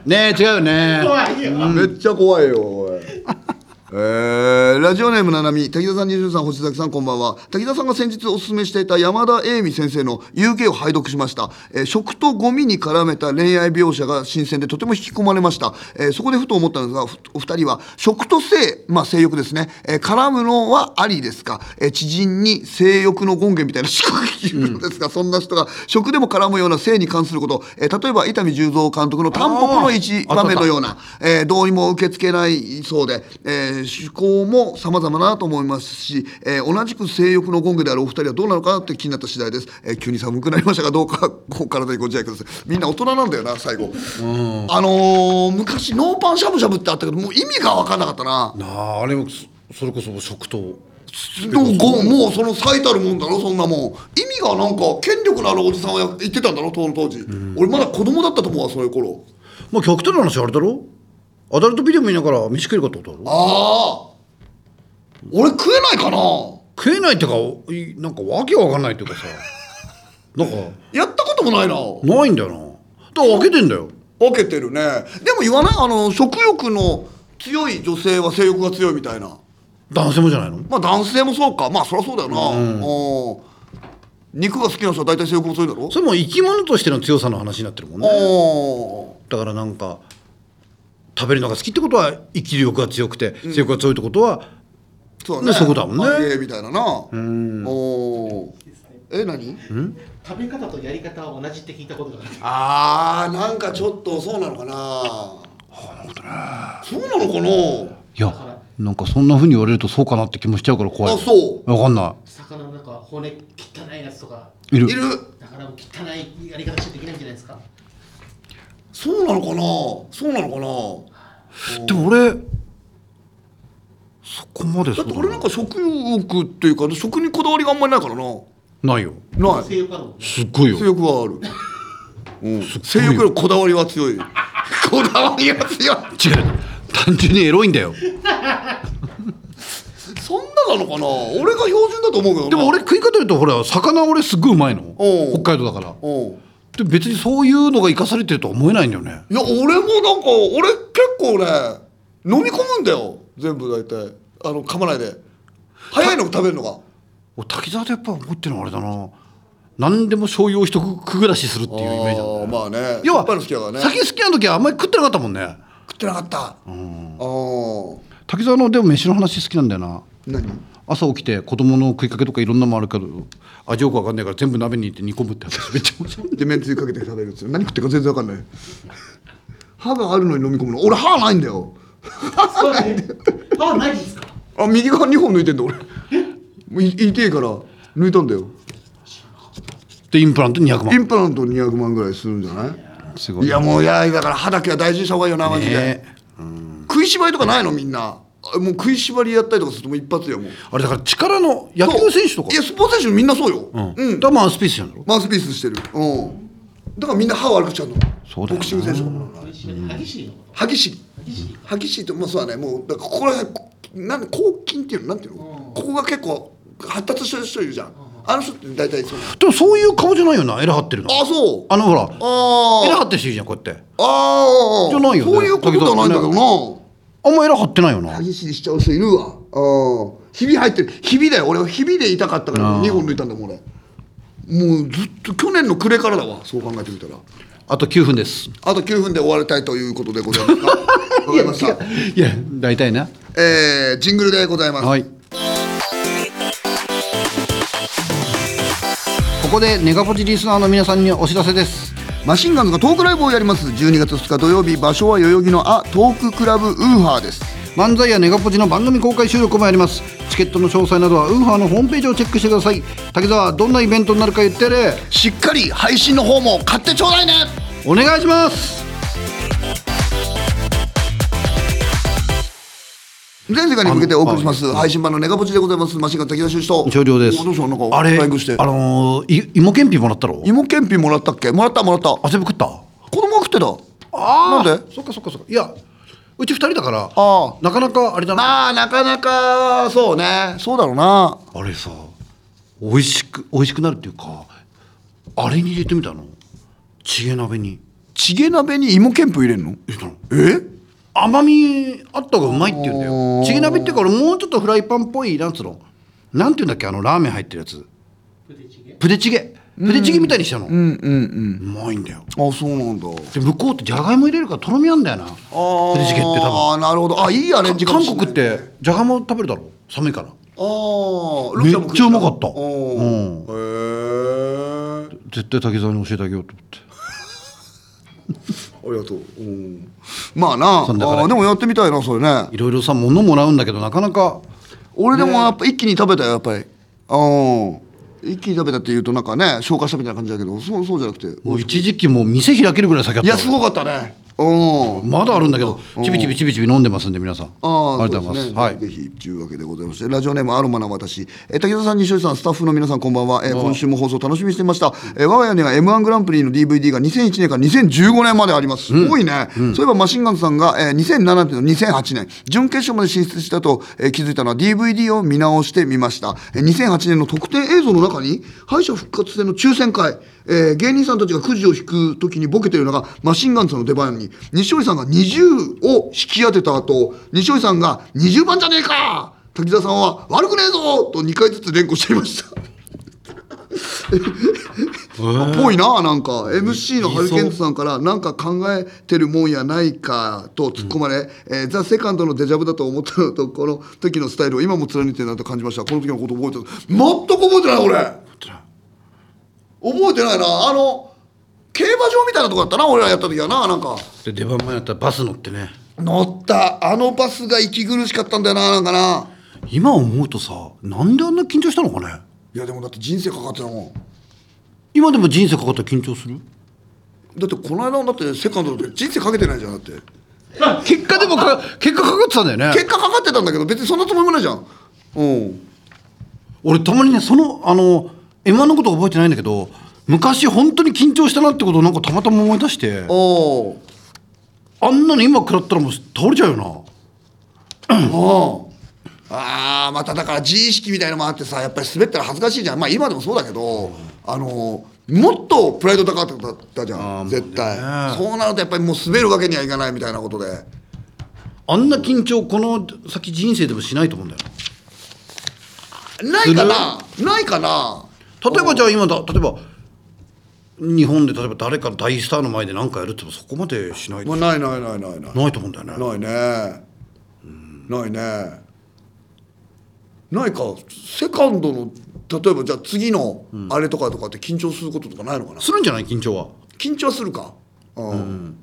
Speaker 2: ねえ違うよね
Speaker 3: 怖いよ、
Speaker 1: めっちゃ怖いよおい (laughs) えーラジオネームななみ滝田さん西野さん星崎さんこんばんは滝田さんが先日お勧めしていた山田栄美先生の「UK」を拝読しました、えー食とゴミに絡めた恋愛描写が新鮮でとても引き込まれました、えーそこでふと思ったんですがふお二人は食と性、まあ、性欲ですね、えー絡むのはありですか、えー知人に性欲の権限みたいな (laughs) 思考が聞くのですが、そんな人が食でも絡むような性に関すること、えー例えば伊丹十三監督の「タンポポの一場面のような、えー同意も受け付けないそうで、えー趣向も様々だなと思いますし、えー同じく性欲の権下であるお二人はどうなのかなって気になった次第です、えー急に寒くなりましたがどうか (laughs) お体にご自愛くださいみんな大人なんだよな最後、あのー昔ノーパンしゃぶしゃぶってあったけどもう意味が分かんなかったな
Speaker 2: なああれもそそれこそ食と
Speaker 1: のごもうその最たるもんだろそんなもん意味がなんか権力のあるおじさんは言ってたんだろその当時、俺まだ子供だったと思うわそういう頃
Speaker 2: まあ極端な話あれだろアダルトビデオ見ながら飯食えるかってことだろ
Speaker 1: ああ俺食えないかな
Speaker 2: 食えないってかいなんかわけわかんないっていう
Speaker 1: (laughs)
Speaker 2: かさなんか
Speaker 1: やったこともないな
Speaker 2: ないんだよなだから分けてんだよ
Speaker 1: 分けてるねでも言わないあの食欲の強い女性は性欲が強いみたいな
Speaker 2: 男性もじゃないの
Speaker 1: まあ男性もそうかまあそりゃそうだよな、うん肉が好きな人は大体性欲も強いだろ
Speaker 2: それも生き物としての強さの話になってるもんね
Speaker 1: あ
Speaker 2: だからなんか食べるのが好きってことは生きる欲が強くて性欲が強いってことは、
Speaker 1: あそうだ
Speaker 2: ねそこだもんね
Speaker 1: あええみたいななおーえ何
Speaker 3: 食べ方とやり方は同じって聞いたことがある
Speaker 1: あーなんかちょっとそうなのかなそうなのかない
Speaker 2: やなんかそんなふうに言われるとそうかなって気もしちゃうから怖い
Speaker 1: あそう
Speaker 2: 分かんな
Speaker 3: 魚の中は骨汚いやつとか
Speaker 2: いいる
Speaker 1: いる
Speaker 3: だからもう汚いやり方しかできないんじゃないですか
Speaker 1: そうなのかなそうなのかな
Speaker 2: でも俺そこまで
Speaker 1: だ
Speaker 2: そ
Speaker 1: って
Speaker 2: う
Speaker 1: 俺
Speaker 2: だ
Speaker 1: なんか食欲っていうか食にこだわりがあんまりないからな
Speaker 2: なないよ
Speaker 1: ない
Speaker 3: 性欲あるもんね
Speaker 2: すっごいよ
Speaker 1: 性欲はある、うん、性欲のこだわりは
Speaker 2: (laughs)
Speaker 1: 強いこだわりは強い
Speaker 2: 違う単純にエロいんだよ
Speaker 1: そんななのかな俺が標準だと思うけどな
Speaker 2: でも俺食い方言うとほら魚俺すっごいうまいの
Speaker 1: おう
Speaker 2: 北海道だから
Speaker 1: うん
Speaker 2: で別にそういうのが生かされてるとは思えないんだよね
Speaker 1: いや俺もなんか俺結構ね飲み込むんだよ全部大体あの噛まないで早いの食べるのが
Speaker 2: 俺滝沢でやっぱ思ってるのはあれだな何でも醤油を一口暮らしするっていうイメージなんだ
Speaker 1: あ
Speaker 2: よ
Speaker 1: ーまあね
Speaker 2: 要
Speaker 1: 酸
Speaker 2: は
Speaker 1: っぱいの好きだからね
Speaker 2: 酒好きな時はあんまり食ってなかったもんね
Speaker 1: 食ってなかったうんあー
Speaker 2: 滝沢のでも飯の話好きなんだよな
Speaker 1: 何
Speaker 2: 朝起きて子供の食いかけとかいろんなのもあるけど味よくわかんないから全部鍋に入れて煮込むって話めっちゃ面白い
Speaker 1: でめんつゆかけて食べるっつう何食ってるか全然わかんない歯があるのに飲み込むの俺歯ないんだよ
Speaker 3: そうねあないですか
Speaker 1: あ右側2本抜いてんだ俺もうい痛えから抜いたんだよ
Speaker 2: でインプラント200
Speaker 1: イ
Speaker 2: 万
Speaker 1: ンプラント200万ぐらいするんじゃない
Speaker 2: すごい
Speaker 1: いやもういやだから歯だけは大事にした方がいいよなマジで、
Speaker 2: ね
Speaker 1: 食いしばりとかないのみんなあもう食いしばりやったりとかするともう一発よもう
Speaker 2: あれだから力の野球選手とか
Speaker 1: いやスポーツ選手みんなそうよ、
Speaker 2: うん、
Speaker 1: うん
Speaker 2: だからマウスピースじゃんだろ
Speaker 1: マウスピースしてるうんだからみんな歯悪くしちゃうの
Speaker 2: そうだよな
Speaker 1: ボクシング選手とかも
Speaker 3: 一緒に激しいのこと
Speaker 1: 歯ぎしり
Speaker 3: 激しい
Speaker 1: 歯ぎしりってまあそうだねもうだからここら辺こなん抗菌っていうのなんていうの、ここが結構発達してる人いるじゃん、あの人って大体そう
Speaker 2: でもそういう顔じゃないよなエラ張ってるの
Speaker 1: あそう
Speaker 2: あのほら
Speaker 1: あ
Speaker 2: エ
Speaker 1: ー
Speaker 2: ラ張ってる人いるじゃんこうやって
Speaker 1: あー
Speaker 2: じゃないよね
Speaker 1: そういうことではないんだけどな
Speaker 2: あんまエラ張ってないよな
Speaker 1: 歯ぎしりしちゃう人いるわうんひび入ってるひびだよ俺はひびで痛かったから
Speaker 2: あー
Speaker 1: 2本抜いたんだもん俺もうずっと去年の暮れからだわそう考えてみたら
Speaker 2: あと9分です
Speaker 1: あと9分で終わりたいということでござい
Speaker 2: (laughs)
Speaker 1: ますかわかりました
Speaker 2: いや大体ね
Speaker 1: えー、ジングルでございます、
Speaker 2: はいここでネガポジリスナーの皆さんにお知らせです
Speaker 1: マシンガンズがトークライブをやります12月2日土曜日場所は代々木のあトーククラブウーハーです
Speaker 2: 漫才やネガポジの番組公開収録もやりますチケットの詳細などはウーファーのホームページをチェックしてください滝沢どんなイベントになるか言ってやれ
Speaker 1: しっかり配信の方も買ってちょうだいね
Speaker 2: おお願いします
Speaker 1: 全世界に向けてお送りします
Speaker 2: あのはい
Speaker 1: 配信版のネガポチでございますマシンガン滝田修士と
Speaker 2: 少量です
Speaker 1: おどうしたなんか
Speaker 2: あれ
Speaker 1: ライブして
Speaker 2: あのーい芋けんぴもらったろ
Speaker 1: 芋けんぴもらったっけもらったもらった
Speaker 2: あ全部食ったあ
Speaker 1: 子供が食ってた
Speaker 2: あー
Speaker 1: なんで
Speaker 2: そっかそっかそっかいやうち二人だから
Speaker 1: あ
Speaker 2: なかなかあれだな
Speaker 1: まあなかなかそうねそうだろうな
Speaker 2: あれさ美味しく美味しくなるっていうかあれに入れてみたのチゲ鍋に
Speaker 1: チゲ鍋に芋けんぷ入れるの
Speaker 2: 入れたの
Speaker 1: え
Speaker 2: 甘みあった方がうまいって言うんだ
Speaker 1: あ
Speaker 2: よ
Speaker 1: ー
Speaker 2: チゲ鍋っていうか俺もうちょっとフライパンっぽいなんつうのなんていうんだっけあのラーメン入ってるやつ
Speaker 3: プデチゲ
Speaker 2: プデチゲプデチゲみたいにしたの、う
Speaker 1: うんうん
Speaker 2: まいんだよ
Speaker 1: うんあそうなんだ
Speaker 2: で向こうってじゃがいも入れるからとろみあんだよな
Speaker 1: あ
Speaker 2: プデチゲって多
Speaker 1: あなるほどあいいアレンジ
Speaker 2: 分
Speaker 1: かも
Speaker 2: 韓
Speaker 1: しれない
Speaker 2: 国ってじゃがいも食べるだろ寒いから
Speaker 1: ああ
Speaker 2: めっちゃうまかった
Speaker 1: うんへえ
Speaker 2: 絶対滝沢に教えてあげようと思って
Speaker 1: ありがとううんまあなあ
Speaker 2: そんな感じ
Speaker 1: ーでもやってみたいなそれね
Speaker 2: いろいろさ物もらうんだけどなかなか
Speaker 1: 俺でもやっぱ一気に食べたよやっぱりうん一気に食べたっていうとなんかね消化したみたいな感じだけどそうそうじゃなくて
Speaker 2: もう一時期もう店開けるぐらい先あった
Speaker 1: い
Speaker 2: よ
Speaker 1: やすごかったねうん
Speaker 2: まだあるんだけど、ちびちびちびちび飲んでますんで、皆さん。
Speaker 1: ああ
Speaker 2: りがとうござい
Speaker 1: そ
Speaker 2: ます。
Speaker 1: うですねぜひというわけでございましてラジオネームアロマな私、えー、滝沢さん西尾さんスタッフの皆さんこんばんは、えー今週も放送楽しみにしていました、えー我が家には m 1グランプリの DVD が2001年から2015年までありますすごいね、そういえばマシンガンズさんが、えー2007年と2008年準決勝まで進出したと、えー気づいたのは DVD を見直してみました、えー2008年の特典映像の中に敗者復活戦の抽選会、えー芸人さんたちがくじを引く時にボケているのがマシンガンズさんの出番に西堀さんが20を引き当てた後西堀さんが「20番じゃねえか!」滝沢さんは「悪くねえぞ!」と2回ずつ連呼していました。あぽいななんか MC のハルケンズさんからなんか考えてるもんやないかと突っ込まれ、えーザ・セカンドのデジャブだと思ったのとこの時のスタイルを今も貫いてるなと感じましたこの時のこと覚えてる全く覚えてない俺覚えてないなあの競馬場みたいなとこだったな俺らやった時はななんか
Speaker 2: で、出番前だったらバス乗ってね。
Speaker 1: 乗ったあのバスが息苦しかったんだよななんかな
Speaker 2: 今思うとさ、なんであんな緊張したのかね。
Speaker 1: いやでもだって人生かかってたもん
Speaker 2: 今でも人生かかったら緊張する。
Speaker 1: だってこの間だってセカンドだって人生かけてないじゃんだって
Speaker 2: 結果でもか、結果かかってたんだよね
Speaker 1: (laughs) 結。果かかってたんだけど別にそんなつもりもないじゃんうん
Speaker 2: 俺たまにね、その、あの、M1 のこと覚えてないんだけど。昔本当に緊張したなってことをなんかたまたま思い出して
Speaker 1: おー
Speaker 2: あんなの今食らったらもう倒れちゃうよ
Speaker 1: おああーまただから自意識みたいのもあってさやっぱり滑ったら恥ずかしいじゃんまあ今でもそうだけどあのもっとプライド高かったじゃ
Speaker 2: あー
Speaker 1: ん絶対
Speaker 2: まあね
Speaker 1: そうなるとやっぱりもう滑るわけにはいかないみたいなことで
Speaker 2: なあんな緊張この先人生でもしないと思うんだよ
Speaker 1: ないかなないかな
Speaker 2: 例えばじゃあ今だ例えば日本で例えば誰かの大スターの前で何かやるって言ってもそこまでしない
Speaker 1: まあないないないないない
Speaker 2: ないと思うんだよね
Speaker 1: ないねないねないかセカンドの例えばじゃあ次のあれとかとかって緊張することとかないのかな
Speaker 2: するんじゃない緊張は
Speaker 1: 緊張はするか、うん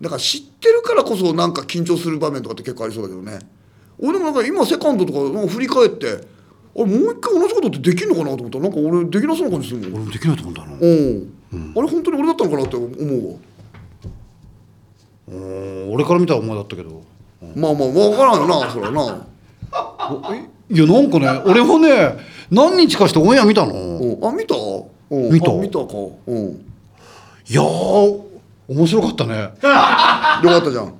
Speaker 1: だから知ってるからこそなんか緊張する場面とかって結構ありそうだけどね俺もなんか今セカンドとかなんか振り返ってあれもう一回同じことってできるのかなと思ったらなんか俺できなそうな感じするもん
Speaker 2: 俺もできないと思うんだな
Speaker 1: うん、あれ本当に俺だったのかなって思うわ、
Speaker 2: うん俺から見たらお前だったけど
Speaker 1: まあまあ分からんよなそれは (laughs) な、
Speaker 2: いやなんかね俺もね何日かしてオンエア見たの、い
Speaker 1: うん、あ見た、うん、
Speaker 2: 見た
Speaker 1: あ見たか、うん、
Speaker 2: やー面白かったね
Speaker 1: よかったじゃん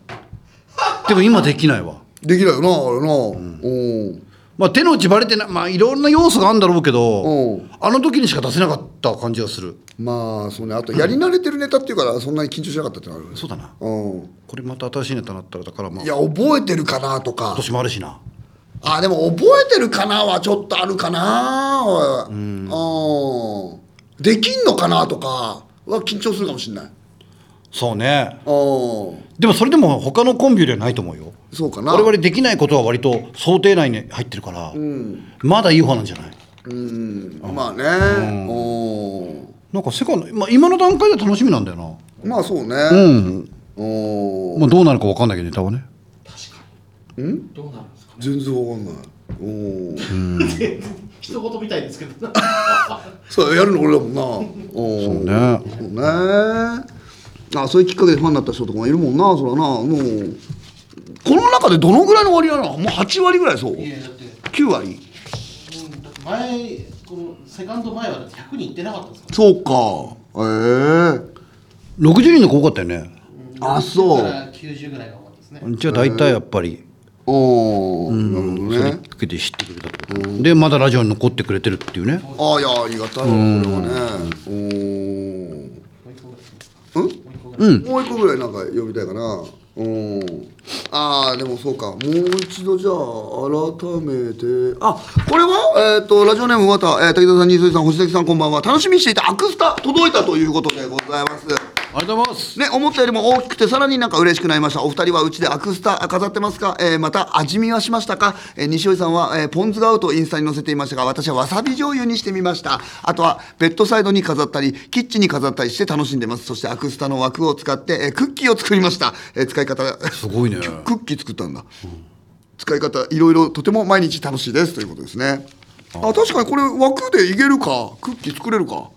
Speaker 2: でも今できないわ
Speaker 1: できないよなあれなうん
Speaker 2: まあ手の内バレてないまあいろんな要素があるんだろうけ
Speaker 1: う
Speaker 2: ど
Speaker 1: ん
Speaker 2: あの時にしか出せなかった感じがする
Speaker 1: まあそうねあとやり慣れてるネタっていうからそんなに緊張しなかったってのはあるね
Speaker 2: そうだな
Speaker 1: うん
Speaker 2: これまた新しいネタになったらだからまあ
Speaker 1: い
Speaker 2: 今
Speaker 1: や覚えてるかなとか
Speaker 2: 年もあるしな
Speaker 1: あでも覚えてるかなはちょっとあるかなおいうんできんのかなとかは緊張するかもしれないうん
Speaker 2: そうねでもそれでも他のコンビよりはないと思うよ
Speaker 1: そうかな
Speaker 2: 我々できないことは割と想定内に入ってるから、
Speaker 1: ん
Speaker 2: まだいい方なんじゃない
Speaker 1: うんまあねうん
Speaker 2: なんかセカンド、まあ、今の段階では楽しみなんだよ
Speaker 1: まあそうね
Speaker 2: なうん、
Speaker 1: うん
Speaker 2: まあ、どうなるか分かんないけどネタはね
Speaker 3: どうなるんですかね
Speaker 1: 全然わかんないうん
Speaker 3: 一言みたいですけど
Speaker 1: そうやるの俺だもんなそう
Speaker 2: ね
Speaker 1: そうねあそういうきっかけでファンになった人とかもいるもんなそらなもうこの中でどのぐらいの割合なのもう8割ぐらいそう
Speaker 3: いやだって
Speaker 1: 9割
Speaker 3: うんだって前このセカンド前はだって100人いってなかったんですか
Speaker 1: そうかええ
Speaker 2: 60人の子多かったよね
Speaker 1: あ
Speaker 3: ら
Speaker 1: そう
Speaker 3: だから90ぐらいが多かったですね
Speaker 2: じゃあ大体やっぱり、
Speaker 1: おお、なるほどね
Speaker 2: 受けて知ってくれたってこと、でまだラジオに残ってくれてるっていうね
Speaker 1: ああいやありがたいわこれはねおー
Speaker 3: もう一個ぐらいで
Speaker 1: う
Speaker 3: すね
Speaker 1: ん
Speaker 3: もう一個ぐらい
Speaker 2: うん
Speaker 1: もう一個ぐらいなんか呼びたいかなうんああでもそうかもう一度じゃあ改めてあこれは、えっとラジオネームまた、えー、滝沢さん新添さん星崎さんこんばんは楽しみにしていたアクスタ届いたということでございます
Speaker 2: ありがとうございます
Speaker 1: ね思ったよりも大きくてさらになんか嬉しくなりましたお二人はうちでアクスタ飾ってますか、えーまた味見はしましたか、えー西尾さんは、えーポン酢が合うとインスタに載せていましたが私はわさび醤油にしてみましたあとはベッドサイドに飾ったりキッチンに飾ったりして楽しんでますそしてアクスタの枠を使って、えークッキーを作りました、えー使い方
Speaker 2: すごいね
Speaker 1: (laughs) クッキー作ったんだ、使い方いろいろとても毎日楽しいですということですねあ確かにこれ枠でいけるかクッキー作れるか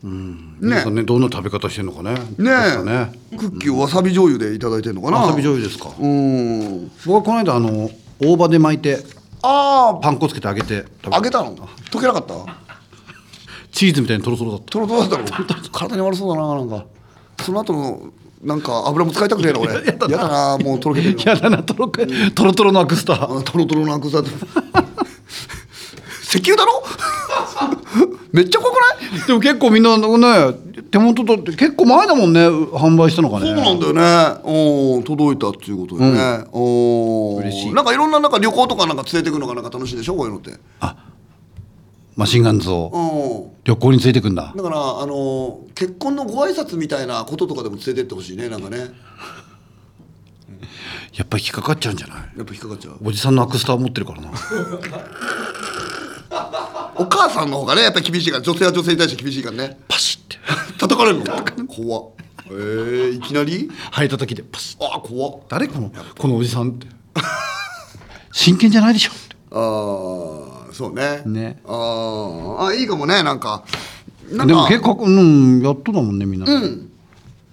Speaker 2: 皆さんねどんな食べ方してんのかね
Speaker 1: ね
Speaker 2: 確かね
Speaker 1: え、クッキーをわさび醤油でいただいてるのかな。
Speaker 2: わさび醤油ですか
Speaker 1: うん。
Speaker 2: 僕はこの間あの大葉で巻いて
Speaker 1: あ
Speaker 2: パン粉つけて揚げて
Speaker 1: あ、揚げ
Speaker 2: た
Speaker 1: たの。溶けなかった。
Speaker 2: チーズみたいにトロトロだった
Speaker 1: トロトロだったの。
Speaker 2: (laughs)
Speaker 1: 体に悪そうだな、なんか。その後の、なんか油も使いたくねえな、俺。やだな、もうとろけてるの。
Speaker 2: やだなトロトロトロのアクスター
Speaker 1: あトロトロのアクザと。石油だろ (laughs) めっちゃ怖くない
Speaker 2: でも結構みんなね手元取って結構前だもんね販売したのかね
Speaker 1: そうなんだよね。おー届いたっていうことでね。おお。
Speaker 2: 嬉しい
Speaker 1: なんかいろんななんか旅行とかなんか連れてくのがなんか楽しいでしょこういうのって。
Speaker 2: マシンガンズを
Speaker 1: うん。
Speaker 2: 旅行についてくんだ
Speaker 1: だからあの結婚のご挨拶みたいなこととかでも連れてってほしいねなんかね
Speaker 2: やっぱり引っかかっちゃうんじゃない
Speaker 1: やっぱ引っかかっちゃう
Speaker 2: おじさんのアクスター持ってるからな
Speaker 1: お母さんの方がねやっぱり厳しいから女性は女性に対して厳しいから (laughs) ね
Speaker 2: パシって (laughs)
Speaker 1: 叩かれるの怖っえー、いきなり
Speaker 2: 履いた時でパシッ
Speaker 1: あー怖っ
Speaker 2: 誰このこのおじさんって
Speaker 1: (laughs)
Speaker 2: 真剣じゃないでしょって
Speaker 1: ああそうね
Speaker 2: ね
Speaker 1: あーあいいかもねなんかなんか
Speaker 2: でも結構うんやっとだもんねみんな、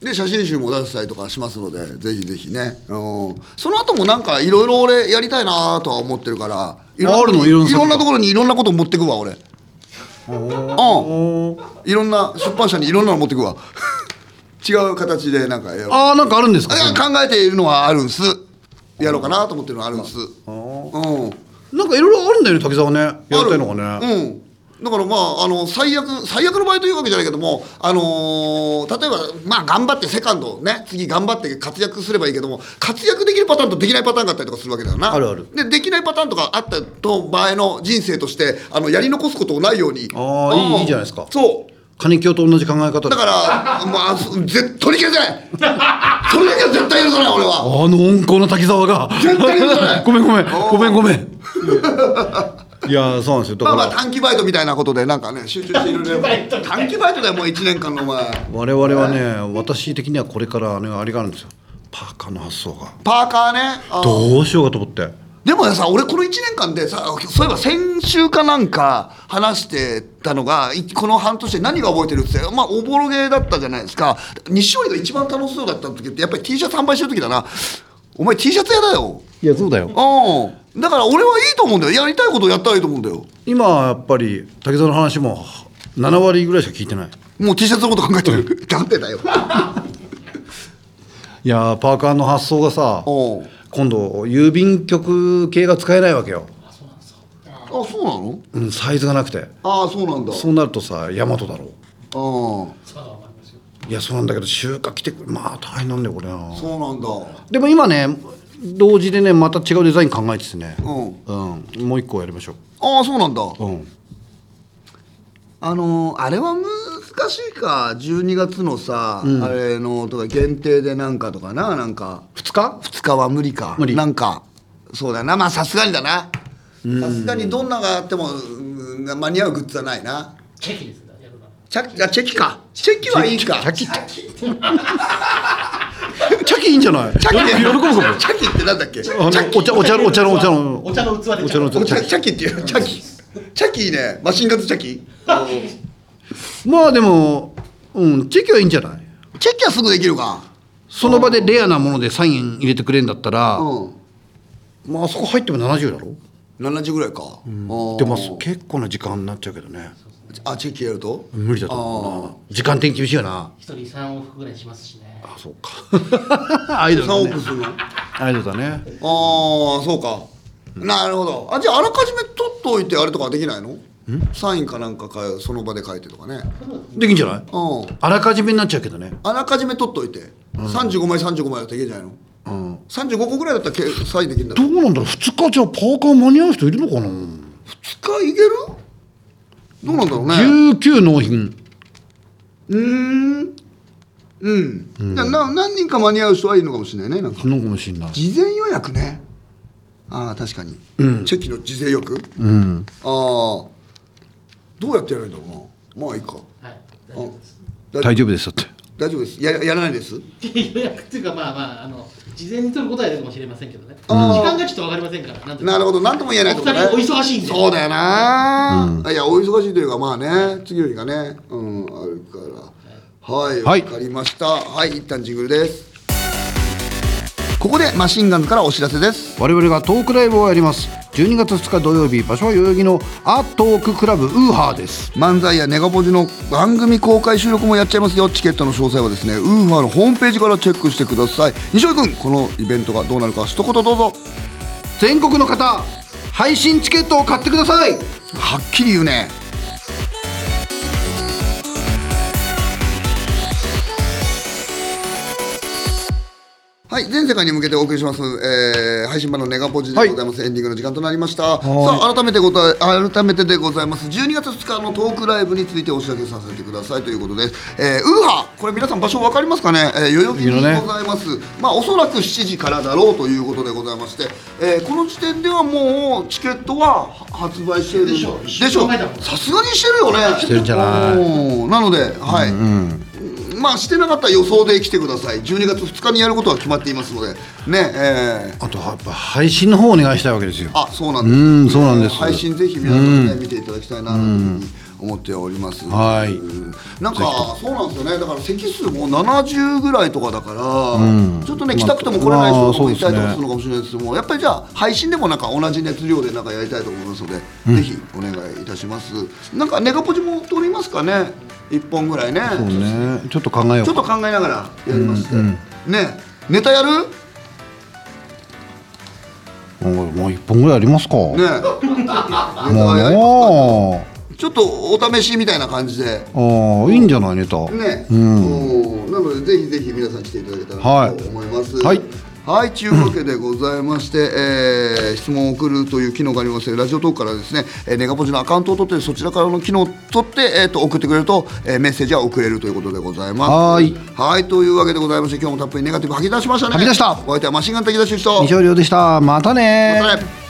Speaker 1: で写真集も出したりとかしますのでぜひぜひね、うん、その後もなんかいろいろ俺やりたいなとは思ってるからいろんな
Speaker 2: あるのいろんな
Speaker 1: ところにいろんなところにいろんなこと持ってくわ俺うんいろんな出版社にいろんなの持ってくわ (laughs) 違う形でなんかやろう
Speaker 2: ああなんかあるんですか
Speaker 1: いや考えているのはあるんすやろうかなと思ってるのはあるんすうん
Speaker 2: なんかいろいろあるんだよね滝沢ねやり
Speaker 1: ある
Speaker 2: たいのがね
Speaker 1: うんだからまああの最悪最悪の場合というわけじゃないけども、あのー例えば、まあ、頑張ってセカンドをね次頑張って活躍すればいいけども活躍できるパターンとできないパターンがあったりとかするわけだよな
Speaker 2: あるある
Speaker 1: でできないパターンとかあったと場合の人生としてあのやり残すことをないように
Speaker 2: あーいい
Speaker 1: うん
Speaker 2: いいじゃないですか
Speaker 1: そう
Speaker 2: 金京と同じ考え方
Speaker 1: だ
Speaker 2: で
Speaker 1: からもうあそ絶取り (laughs) 消せないそれだけは絶対許さない俺は
Speaker 2: あの温厚な滝沢が
Speaker 1: 絶対許さない
Speaker 2: ごめんごめんごめんごめ
Speaker 1: (laughs)
Speaker 2: んいやーそうなんですよだ
Speaker 1: ま
Speaker 2: か
Speaker 1: あ
Speaker 2: ら、
Speaker 1: まあ短期バイトみたいなことでなんかね集中しているね短期バイトだよもう1年間のお前
Speaker 2: 我々はね私的にはこれからねあれがあるんですよパーカーの発想が
Speaker 1: パーカーねあー
Speaker 2: どうしようかと思って
Speaker 1: でもさ俺この1年間でさそういえば先週かなんか話してたのがいこの半年で何が覚えてるってまあおぼろげだったじゃないですか西織が一番楽しそうだった時ってやっぱり T シャツ販売してる時だなお前 T シャツ屋だよ
Speaker 2: いやそうだよ
Speaker 1: うんだから俺はいいと思うんだよやりたいことをやったらいいと思うんだよ
Speaker 2: 今はやっぱり滝沢の話も7割ぐらいしか聞いてない
Speaker 1: もう T シャツのこと考えてるなんでだよ
Speaker 2: いやーパーカーの発想がさ
Speaker 1: うん
Speaker 2: 今度郵便局系が使えないわけよ、
Speaker 1: あそうなの
Speaker 2: うん、サイズがなくて
Speaker 1: ああそうなんだ
Speaker 2: そうなるとさ大和だろ
Speaker 1: うん
Speaker 3: 使うのは分かりますよ
Speaker 2: ういやそうなんだけど収穫来てくるまあ大変なんだよこれな
Speaker 1: そうなんだ
Speaker 2: でも今ね同時でねまた違うデザイン考えててね
Speaker 1: うん
Speaker 2: うんもう一個やりましょ
Speaker 1: ああそうなんだ
Speaker 2: ううん
Speaker 1: あのーあれは難しいか12月のさ、あれのとか限定でなんかとかななんか
Speaker 2: 2日
Speaker 1: 2日は無理か
Speaker 2: 無理
Speaker 1: なんかそうだなまあさすがにだなさすがにどんながあってもうん間に合うグッズはないな
Speaker 3: チェキですねやるな
Speaker 1: チャキあチェキかチェキはいいか
Speaker 2: チャキチャキいいんじゃない
Speaker 1: チャキって
Speaker 2: 喜ぶかも
Speaker 1: チャキってなんだっけチ
Speaker 2: あの
Speaker 1: ャキ
Speaker 2: お茶お茶のお茶のお茶の
Speaker 3: お茶の器で
Speaker 2: お茶
Speaker 1: お
Speaker 2: の器
Speaker 1: 茶チャキっていうチャキチャキいいねマシンガンズチャキ
Speaker 2: まあでもうんチェキはいいんじゃない
Speaker 1: チェキはすぐできるか
Speaker 2: その場でレアなものでサイン入れてくれんだったら、
Speaker 1: うん
Speaker 2: まああそこ入っても70だろ
Speaker 1: 70ぐらいか、うん
Speaker 2: でも結構な時間になっちゃうけどね
Speaker 1: あチェキやると
Speaker 2: 無理だと思うな時間的に厳しいよな
Speaker 3: 一人三往復ぐらいしますしね。
Speaker 2: あそう (laughs) かアイドル
Speaker 1: 3
Speaker 2: だ
Speaker 1: 億
Speaker 2: ね
Speaker 1: するの
Speaker 2: アイドルだね
Speaker 1: ああそうか、なるほどあじゃああらかじめ取っといてあれとかできないのサインかなんかかその場で書いてとかね
Speaker 2: できんじゃない
Speaker 1: うん
Speaker 2: あらかじめになっちゃうけどね
Speaker 1: あらかじめ取っといて、35枚35枚だったらいけんじゃないの、
Speaker 2: うん
Speaker 1: 35個ぐらいだったらけサインできるんだ
Speaker 2: どうなんだろう2日じゃあパーカー間に合う人いるのかな、
Speaker 1: 2日いけるどうなんだろうね
Speaker 2: 19納品
Speaker 1: うーんうん、じゃあな何人か間に合う人はいいのかもしれないねなんか
Speaker 2: のかもしんない
Speaker 1: 事前予約ねああ確かに、チェキの事前予約
Speaker 2: うん
Speaker 1: ああどうやってやればいいんだろうなまあいいか
Speaker 3: はい。大
Speaker 1: あ
Speaker 3: 丈夫です。
Speaker 1: 大
Speaker 2: 大丈夫ですだって
Speaker 1: 大丈夫ですややらないです
Speaker 3: (laughs) 予約っていうかまあまああの事前に取ることはやるかもしれませんけどね。時
Speaker 1: あー
Speaker 3: 間がちょっとわかりませんから。なんというか
Speaker 1: なるほど何とも言えないってことね
Speaker 3: お二人お忙しいんで
Speaker 1: そうだよな、いやお忙しいというかまあね次の日がねうんあるからはいわ、
Speaker 2: はい
Speaker 1: かりましたはい一旦ジングルですここでマシンガンズからお知らせです
Speaker 2: 我々がトークライブをやります12月2日土曜日場所は代々木のアトーククラブウーハーです
Speaker 1: 漫才やネガポジの番組公開収録もやっちゃいますよチケットの詳細はですねウーファーのホームページからチェックしてください西尾君このイベントがどうなるか一言どうぞ
Speaker 2: 全国の方配信チケットを買ってください
Speaker 1: はっきり言うねはい全世界に向けてお送りします、えー配信版のネガポジでございます、エンディングの時間となりましたさあ改めてござ改めてでございます12月2日のトークライブについてお知らせさせてくださいということです、えーウーハーこれ皆さん場所分かりますかね、えー、代々木にございますございます、まあ、おそらく7時からだろうということでございまして、えーこの時点ではもうチケットは発売している
Speaker 3: でしょう
Speaker 1: で
Speaker 3: 一
Speaker 1: し
Speaker 3: 週
Speaker 1: ょ
Speaker 3: 間
Speaker 1: う
Speaker 3: 前だもん
Speaker 1: さすがにしてるよねして
Speaker 2: るんじゃない
Speaker 1: なのではい、まあしてなかったら予想で来てください12月2日にやることは決まっていますのでねえー
Speaker 2: あとはやっぱ配信の方をお願いしたいわけですよ
Speaker 1: あそうなんです
Speaker 2: うんそうなんです
Speaker 1: 配信ぜひ皆さんね、見ていただきたいなというふうに思っております
Speaker 2: はい
Speaker 1: うんなんかそうなんですよねだから席数も70ぐらいとかだから、ちょっとね来たくても来れない人とかもいたりとかするのかもしれないですけども、やっぱりじゃあ配信でもなんか同じ熱量でなんかやりたいと思いますので、ぜひお願いいたしますなんかネガポジも撮りますかね1本ぐらいね
Speaker 2: そうねちょっと考えよう
Speaker 1: ちょっと考えながらやりまして、ねネタやる
Speaker 2: うんもう一本ぐらいありますか
Speaker 1: ねネ
Speaker 2: も
Speaker 1: タ
Speaker 2: う
Speaker 1: やり
Speaker 2: な
Speaker 1: ちょっとお試しみたいな感じで
Speaker 2: あーいいんじゃないネタ
Speaker 1: ね、
Speaker 2: うん
Speaker 1: うんなのでぜひぜひ皆さん来ていただけた
Speaker 2: は
Speaker 1: ら
Speaker 2: い
Speaker 1: と思います。
Speaker 2: はい
Speaker 1: はい、というわけでございまして、えー質問を送るという機能がありますのでラジオトークからですね、えーネガポジのアカウントを取ってそちらからの機能を取って、えー、と送ってくれると、えーメッセージは送れるということでございます。
Speaker 2: はい
Speaker 1: はいというわけでございまして今日もたっぷりネガティブ吐き出しましたね。
Speaker 2: 吐き出した
Speaker 1: お相手はマシンガン滝田修人。
Speaker 2: 二
Speaker 1: ま
Speaker 2: 勝量でしたまたね
Speaker 1: たね